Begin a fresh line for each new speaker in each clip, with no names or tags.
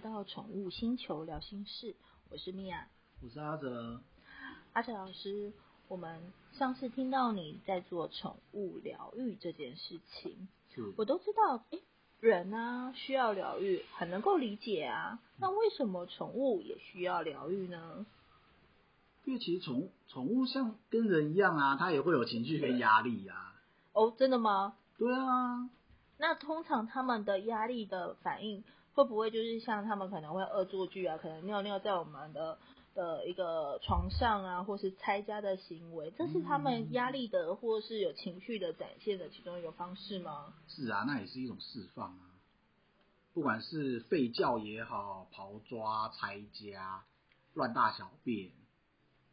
到宠物星球聊心事，我是米娅，
我是阿哲。
阿哲老师，我们上次听到你在做宠物疗愈这件事情，
是
我都知道，诶，人啊需要疗愈，很能够理解啊，那为什么宠物也需要疗愈呢？
因为其实宠物宠物像跟人一样啊，它也会有情绪跟压力啊。
哦，真的吗？
对啊，
那通常他们的压力的反应会不会就是像他们可能会恶作剧啊，可能尿尿在我们的的一个床上啊，或是拆家的行为，这是他们压力的或是有情绪的展现的其中一个方式吗？
是啊，那也是一种释放啊。不管是吠叫也好，刨抓、拆家、乱大小便、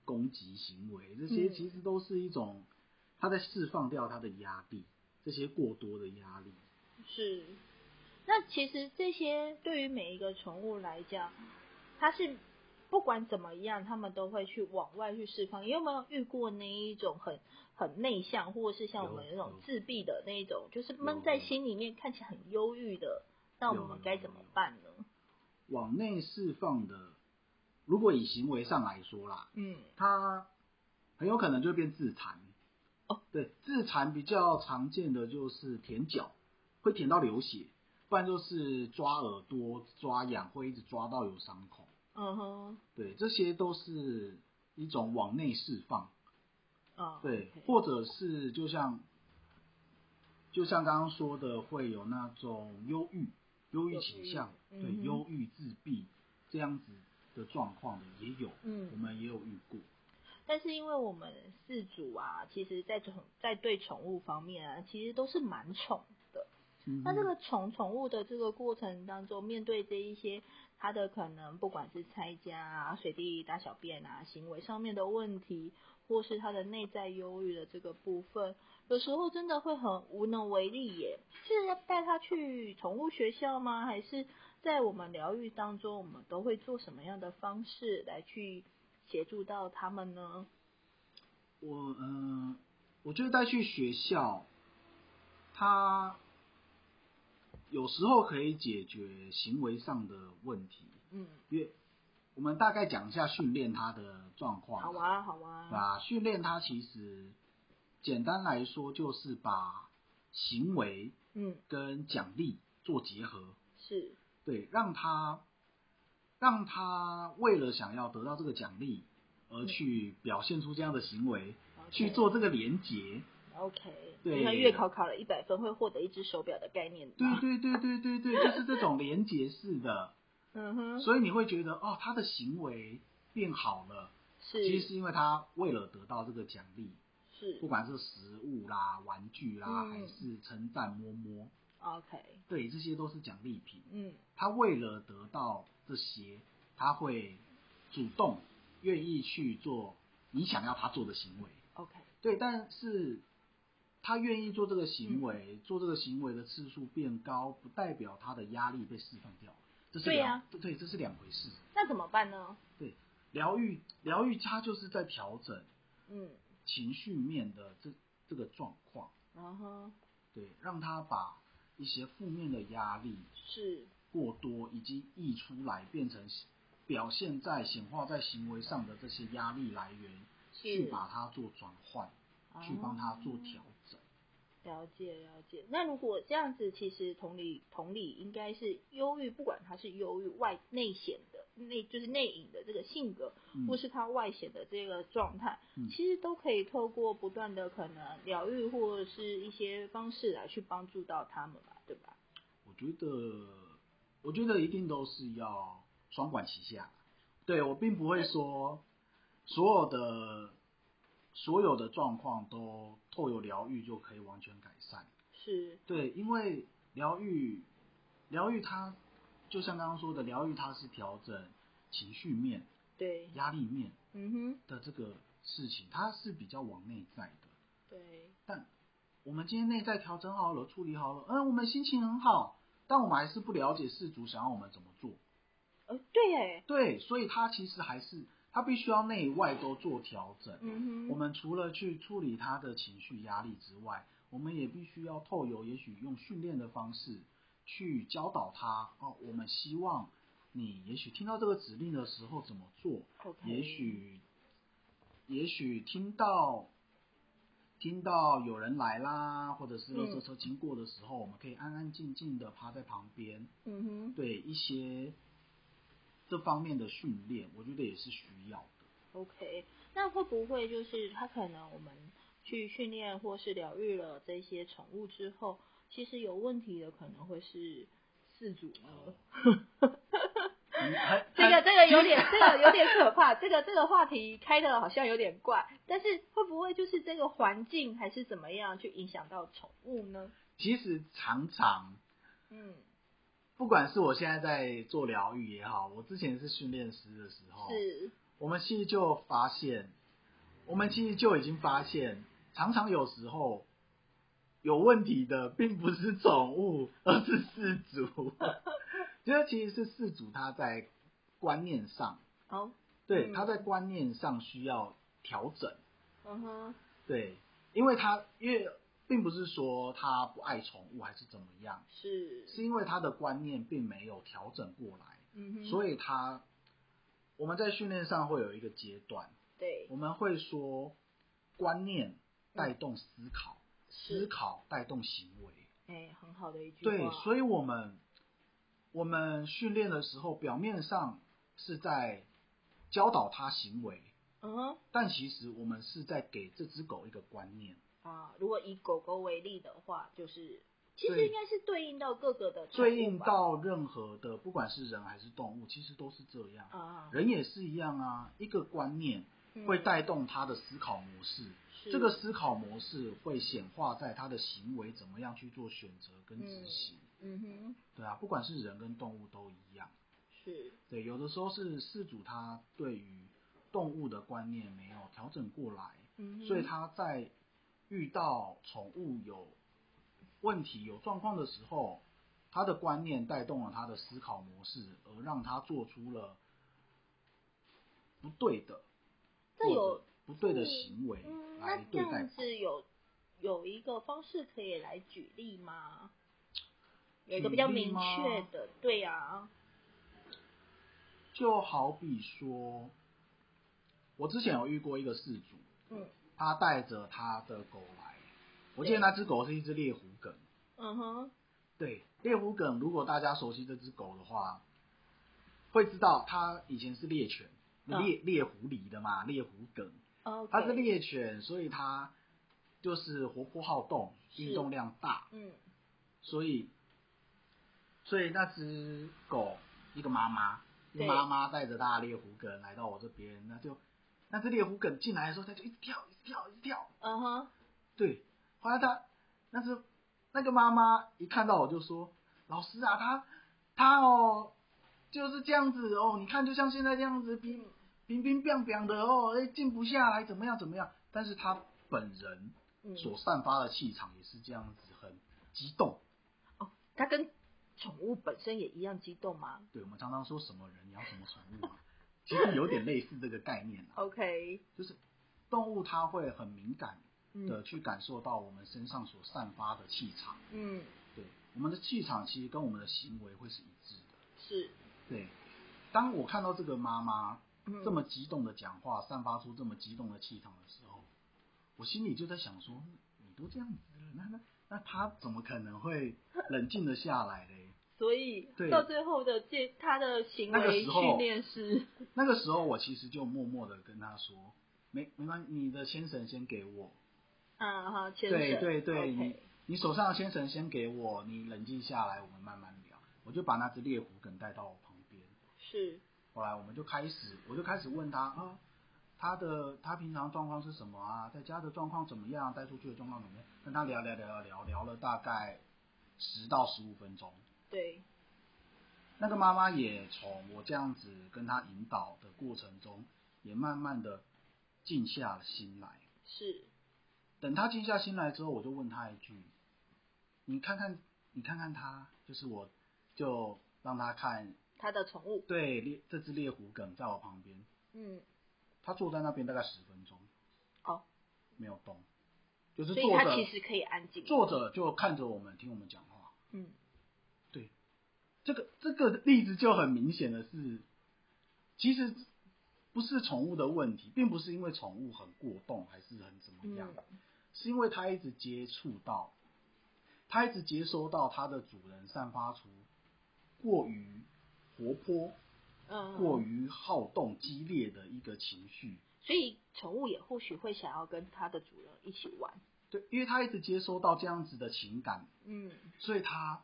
攻击行为，这些
嗯
其实都是一种它在释放掉它的压力，这些过多的压力。
是。那其实这些对于每一个宠物来讲，它是不管怎么样，他们都会去往外去释放。你有没有遇过那一种很很内向，或者是像我们
有
那种
有
自闭的那一种，就是
有
闷在
有
心里面，看起来很忧郁的？那我
有
们
有
该
有
怎么
有
办呢？
往内释放的，如果以行为上来说啦，
嗯，
它很有可能就会变自残。
哦，
对，自残比较常见的就是舔脚，会舔到流血，不然就是抓耳朵、抓痒，会一直抓到有伤口。
嗯哼，
对，这些都是一种往内释放。
啊，
对
OK，
或者是就像就像刚刚说的，会有那种忧郁、忧郁倾向，
忧郁嗯
对，
哼
忧郁、自闭这样子的状况的也有，我
嗯，
们也有遇过。
但是因为我们四组啊，其实在宠在对宠物方面啊，其实都是蛮宠的。
嗯
那这
哼
个宠宠物的这个过程当中，面对这一些它的可能不管是拆家啊、随地大小便啊、行为上面的问题，或是它的内在忧郁的这个部分，有时候真的会很无能为力耶。是要带它去宠物学校吗？还是在我们疗愈当中，我们都会做什么样的方式来去协助到他们呢？
我嗯、呃，我觉得带去学校，他有时候可以解决行为上的问题，
嗯，
因为我们大概讲一下训练他的状况。
好啊，好啊，
啊，训练他其实简单来说就是把行为
嗯，
跟奖励做结合，
是，
对，让他让他为了想要得到这个奖励而去表现出这样的行为，去做这个连结。
OK，
对
就像月考考了一百分会获得一只手表的概念。
对，对对对对对，就是这种连结式的，
嗯哼，
所以你会觉得哦，他的行为变好了，其实
是
是因为他为了得到这个奖励，
是
不管是食物啦、玩具啦，
嗯
还是称赞摸摸，
OK，
对，这些都是奖励品。
嗯
他为了得到这些，他会主动愿意去做你想要他做的行为，
，OK，
对，但是。他愿意做这个行为，
嗯
做这个行为的次数变高，不代表他的压力被释放掉了，这是
对
两
呀
对，这是两回事。
那怎么办呢？
疗愈疗愈，它就是在调整
嗯，
情绪面的这这个状况，
然后
对，让他把一些负面的压力
是
过多以及溢出来，变成表现在显化在行为上的这些压力来源，去把它做转换，去帮他做调整。
嗯了解了解。那如果这样子，其实同理同理，应该是忧郁，不管它是忧郁外内显的内就是内隐的这个性格，
嗯
或是它外显的这个状态，
嗯
其实都可以透过不断的可能疗愈或者是一些方式来去帮助到他们吧，对吧？
我觉得，我觉得一定都是要双管齐下。对我并不会说所有的所有的状况都透有疗愈就可以完全改善。
是，
对，因为疗愈，疗愈它就像刚刚说的，疗愈它是调整情绪面、
对，
压力面
嗯哼，
的这个事情，它是比较往内在的。
对，
但我们今天内在调整好了，处理好了，嗯，我们心情很好，但我们还是不了解事主想要我们怎么做。
呃，对耶，
对，所以它其实还是它必须要内外都做调整。
嗯哼，
我们除了去处理他的情绪压力之外，我们也必须要透由也许用训练的方式去教导他哦，我们希望你也许听到这个指令的时候怎么做，
OK，
也许也许听到听到有人来啦，或者是垃圾车经过的时候，我们可以安安静静的趴在旁边，
嗯哼
对一些这方面的训练，我觉得也是需要的。
，OK，那会不会就是它可能我们去训练或是疗愈了这些宠物之后，其实有问题的可能会是饲主呢？
嗯还
这个
还
这个有点，这个有点可怕。这个这个话题开的好像有点怪，但是会不会就是这个环境还是怎么样去影响到宠物呢？
其实常常
嗯，
不管是我现在在做疗愈也好，我之前是训练师的时候，
是，
我们其实就发现，我们其实就已经发现，常常有时候有问题的并不是宠物，而是饲 主。因为其实是饲主他在观念上，
哦，
对，
嗯
他在观念上需要调整，
嗯哼，
对，因为他因为并不是说他不爱宠物还是怎么样，
是，
是因为他的观念并没有调整过来，
嗯哼，
所
以
以他我们在训练上会有一个阶段，
对
我们会说观念带动思考，思
是，
考带动行为。
哎，很好的一句话，
对，所以我们我们训练的时候，表面上是在教导他行为，
嗯哼。
但其实我们是在给这只狗一个观念。
啊，如果以狗狗为例的话，就是其实
对
应该是对应到各个的宠物吧
对应到任何的，不管是人还是动物，其实都是这样。
啊，
人也是一样啊，一个观念
嗯
会带动他的思考模式，
是
这个思考模式会显化在他的行为怎么样去做选择跟执行。
嗯哼
对啊，不管是人跟动物都一样。
是
对，有的时候是饲主他对于动物的观念没有调整过来，
嗯哼
所以他在遇到宠物有问题、有状况的时候，他的观念带动了他的思考模式，而让他做出了不对的
这
或
有
者不对的行为
嗯，那
来
这
对待
样子有有一个方式可以来举例吗？有一个比较
举例
明
吗
确的，对呀、啊，
就好比说，我之前有遇过一个事主，
嗯
他带着他的狗来，我记得那只狗是一只猎狐梗。
嗯哼，
对，猎狐梗，如果大家熟悉这只狗的话，会知道它以前是猎犬，
嗯
猎猎狐狸的嘛，猎狐梗，
哦，
它是猎犬，所以它就是活泼好动，
是
运动量大，
嗯
所以所以那只狗一个妈妈，一个
对
妈妈带着它的猎狐梗来到我这边，那就那只猎狐梗进来的时候，它就一直跳，一直跳，一直跳，
嗯哼，
对，后来他那是那个妈妈一看到我就说：“老师啊，他他哦就是这样子哦，你看就像现在这样子，冰冰冰冰冰的哦，哎静不下来，怎么样怎么样？”但是他本人
嗯，
所散发的气场也是这样子，很激动。
哦，它跟宠物本身也一样激动吗
对我们常常说什么人养什么宠物嘛， 其实有点类似这个概念啊，
？OK，
就是动物它会很敏感的
嗯
去感受到我们身上所散发的气场。
嗯
对，我们的气场其实跟我们的行为会是一致的。
是，
对，当我看到这个妈妈
嗯
这么激动的讲话，散发出这么激动的气场的时候，我心里就在想说，你都这样子了，那那那她怎么可能会冷静的下来嘞？
所以
对
到最后的这他的行
那个
为
时候
训练 是，
那个时候我其实就默默的跟她说，没没关系，你的牵绳先给我，
啊哈，牵
对
绳，
对对
o
你
k
你手上的牵绳先给我，你冷静下来，我们慢慢聊。我就把那只猎狐梗带到我旁边。
是，
后来我们就开始，我就开始问他啊，他的他平常状况是什么啊？在家的状况怎么样？带出去的状况怎么样？跟他聊聊聊聊聊聊了大概十到十五分钟。
对，
那个妈妈也从我这样子跟他引导的过程中，也慢慢的静下了心来。
是，
等他静下心来之后，我就问他一句：“你看看，你看看他，就是我，就让他看，
他的宠物，
对，猎这只猎狐梗在我旁边，
嗯，
他坐在那边大概十分钟，
哦，
没有动，就是
所以
坐
他
着
其实可以安静，
坐着就看着我们，听我们讲话。
嗯，
对，这个这个例子就很明显的是，其实不是宠物的问题，并不是因为宠物很过动还是很怎么
嗯
样，是因为它一直接触到，它一直接收到它的主人散发出过于活泼、
嗯，
过于好动、激烈的一个情绪。
所以宠物也或许会想要跟它的主人一起玩，
对，因为它一直接收到这样子的情感，
嗯，
所以它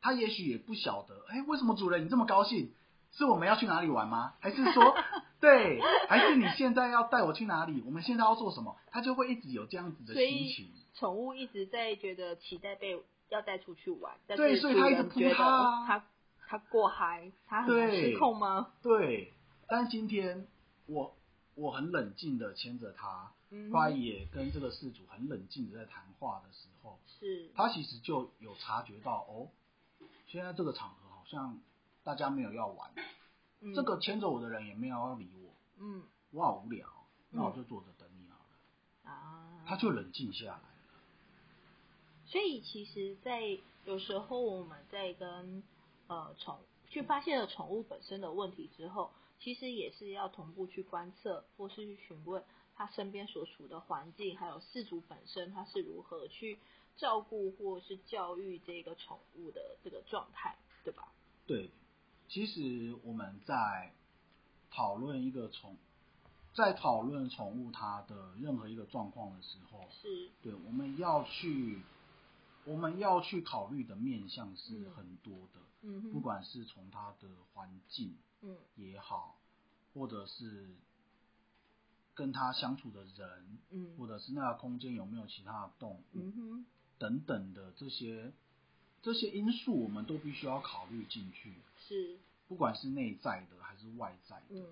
它也许也不晓得，哎、为什么主人你这么高兴？是我们要去哪里玩吗？还是 说，对，还是你现在要带我去哪里？我们现在要做什么？它就会一直有这样子的
所以
心情，
宠物一直在觉得期待被要带出去玩，但
对
是
所以
主
它一
人
直扑
觉得
它啊
它它过嗨，它很难
对
失控吗？
对。但今天我我很冷静的牵着它，
嗯，
花也跟这个事主很冷静的在谈话的时候，
是，
他其实就有察觉到哦，现在这个场合好像大家没有要玩，
嗯
这个牵着我的人也没有要理我，
嗯
我好无聊，那我就坐着等你好了。
啊，
他就冷静下来了，
所以其实，在有时候我们在跟呃宠去发现了宠物本身的问题之后，其实也是要同步去观测或是去询问它身边所处的环境，还有饲主本身它是如何去照顾或是教育这个宠物的这个状态，对吧？
对，其实我们在讨论一个宠，在讨论宠物它的任何一个状况的时候，
是，
对，我们要去，我们要去考虑的面向是
嗯
很多的，
嗯
不
哼，
管是从它的环境。
嗯
也好，或者是跟他相处的人，或
嗯
者是那个空间有没有其他的动物、
嗯哼，
等等的这些这些因素，我们都必须要考虑进去，
是，
不管是内在的还是外在的，
嗯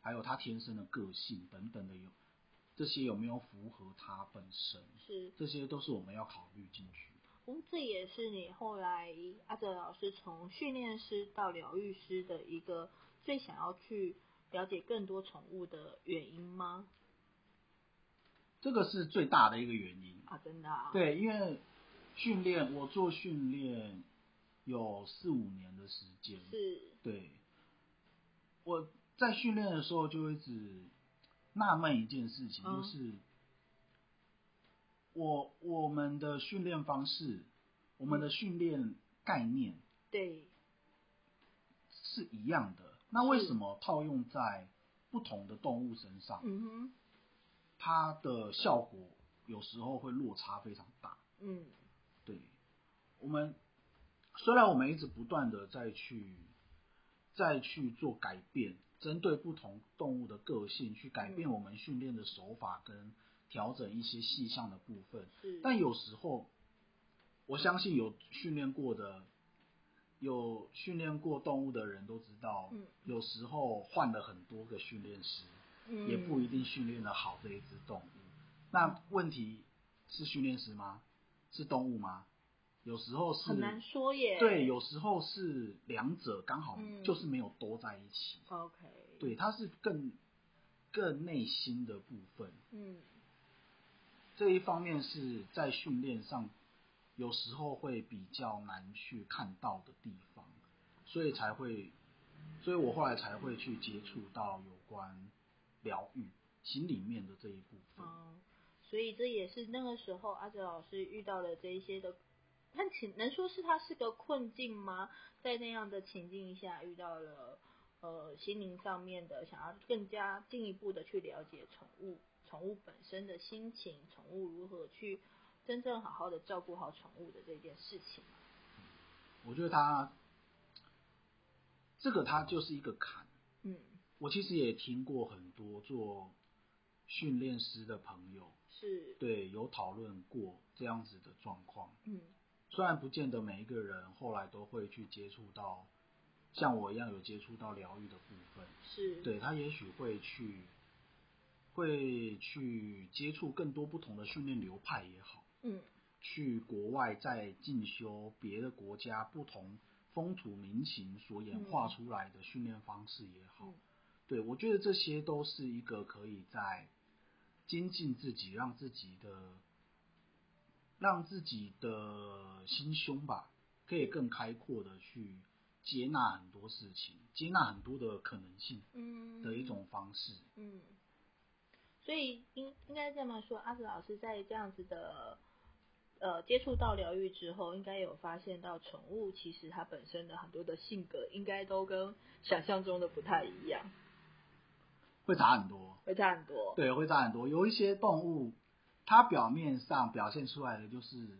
还有他天生的个性等等的有这些有没有符合他本身，
是。
这些都是我们要考虑进去的。
哦，这也是你后来阿哲老师从训练师到疗愈师的一个最想要去了解更多宠物的原因吗？
这个是最大的一个原因。
啊，真的啊，，
对，因为训练，我做训练有四五年的时间。
是，
对，我在训练的时候就一直纳闷一件事情，
嗯
就是我我们的训练方式，我们的训练概念
对，
是一样的，那为
是
什么套用在不同的动物身上，
嗯哼，
它的效果有时候会落差非常大？
嗯，
对，我们虽然我们一直不断的再去再去做改变，针对不同动物的个性去改变
嗯
我们训练的手法跟调整一些细项的部分，
是，
但有时候我相信有训练过的。有训练过动物的人都知道，
嗯
有时候换了很多个训练师，
嗯
也不一定训练的好这一只动物。那问题是训练师吗？是动物吗？有时候是
很难说耶。
对，有时候是两者刚好
嗯
就是没有多在一起。
，OK，，
对，它是更更内心的部分。
嗯
这一方面是在训练上有时候会比较难去看到的地方，所以才会，所以我后来才会去接触到有关疗愈心里面的这一部分。
哦，所以这也是那个时候阿哲老师遇到了这一些的，那请能说是他是个困境吗？在那样的情境下遇到了呃心灵上面的，想要更加进一步的去了解宠物，宠物本身的心情，宠物如何去真正好好的照顾好宠物的这件事情。
我觉得它这个它就是一个坎。
嗯，
我其实也听过很多做训练师的朋友，
是，
对有讨论过这样子的状况。
嗯
虽然不见得每一个人后来都会去接触到，像我一样有接触到疗愈的部分，
是，，
对他也许会去，会去接触更多不同的训练流派也好，
嗯
去国外再进修别的国家不同风土民情所演化出来的训练方式也好，
嗯
对我觉得这些都是一个可以在精进自己，让自己的让自己的心胸吧，可以更开阔的去接纳很多事情，接纳很多的可能性
嗯
的一种方式。
嗯，所以应应该这么说，阿紫老师在这样子的呃接触到疗愈之后，应该有发现到宠物其实它本身的很多的性格，应该都跟想象中的不太一样，
会差很多，哦
会差很多。
对，会差很多。有一些动物，它表面上表现出来的就是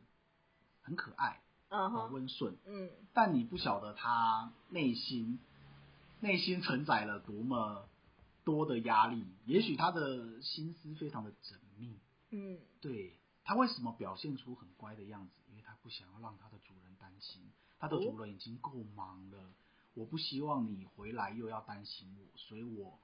很可爱、
嗯
很
哼，
温顺，
嗯
但你不晓得它内心内心承载了多么多的压力。也许它的心思非常的缜密，
嗯
对它为什么表现出很乖的样子？因为它不想要让它的主人担心，它的主人已经够忙了，我不希望你回来又要担心我，所以我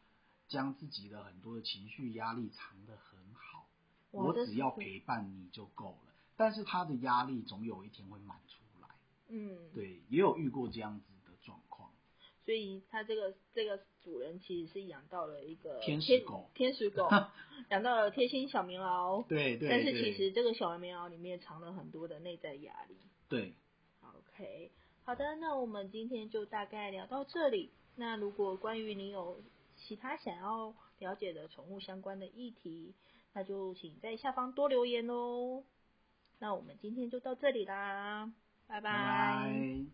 将自己的很多的情绪压力藏得很好，
哇
我
这
只
是
要陪伴你就够了。但是它的压力总有一天会满出来，
嗯，
对，也有遇过这样子的状况，
所以它这个这个主人其实是养到了一个
天使狗
天使 狗养到了贴心小棉袄，
对对对，
但是其实这个小棉袄里面藏了很多的内在压力。
对，
OK，好的，那我们今天就大概聊到这里。那如果关于你有其他想要了解的宠物相关的议题，那就请在下方多留言哦。那我们今天就到这里啦，拜
拜拜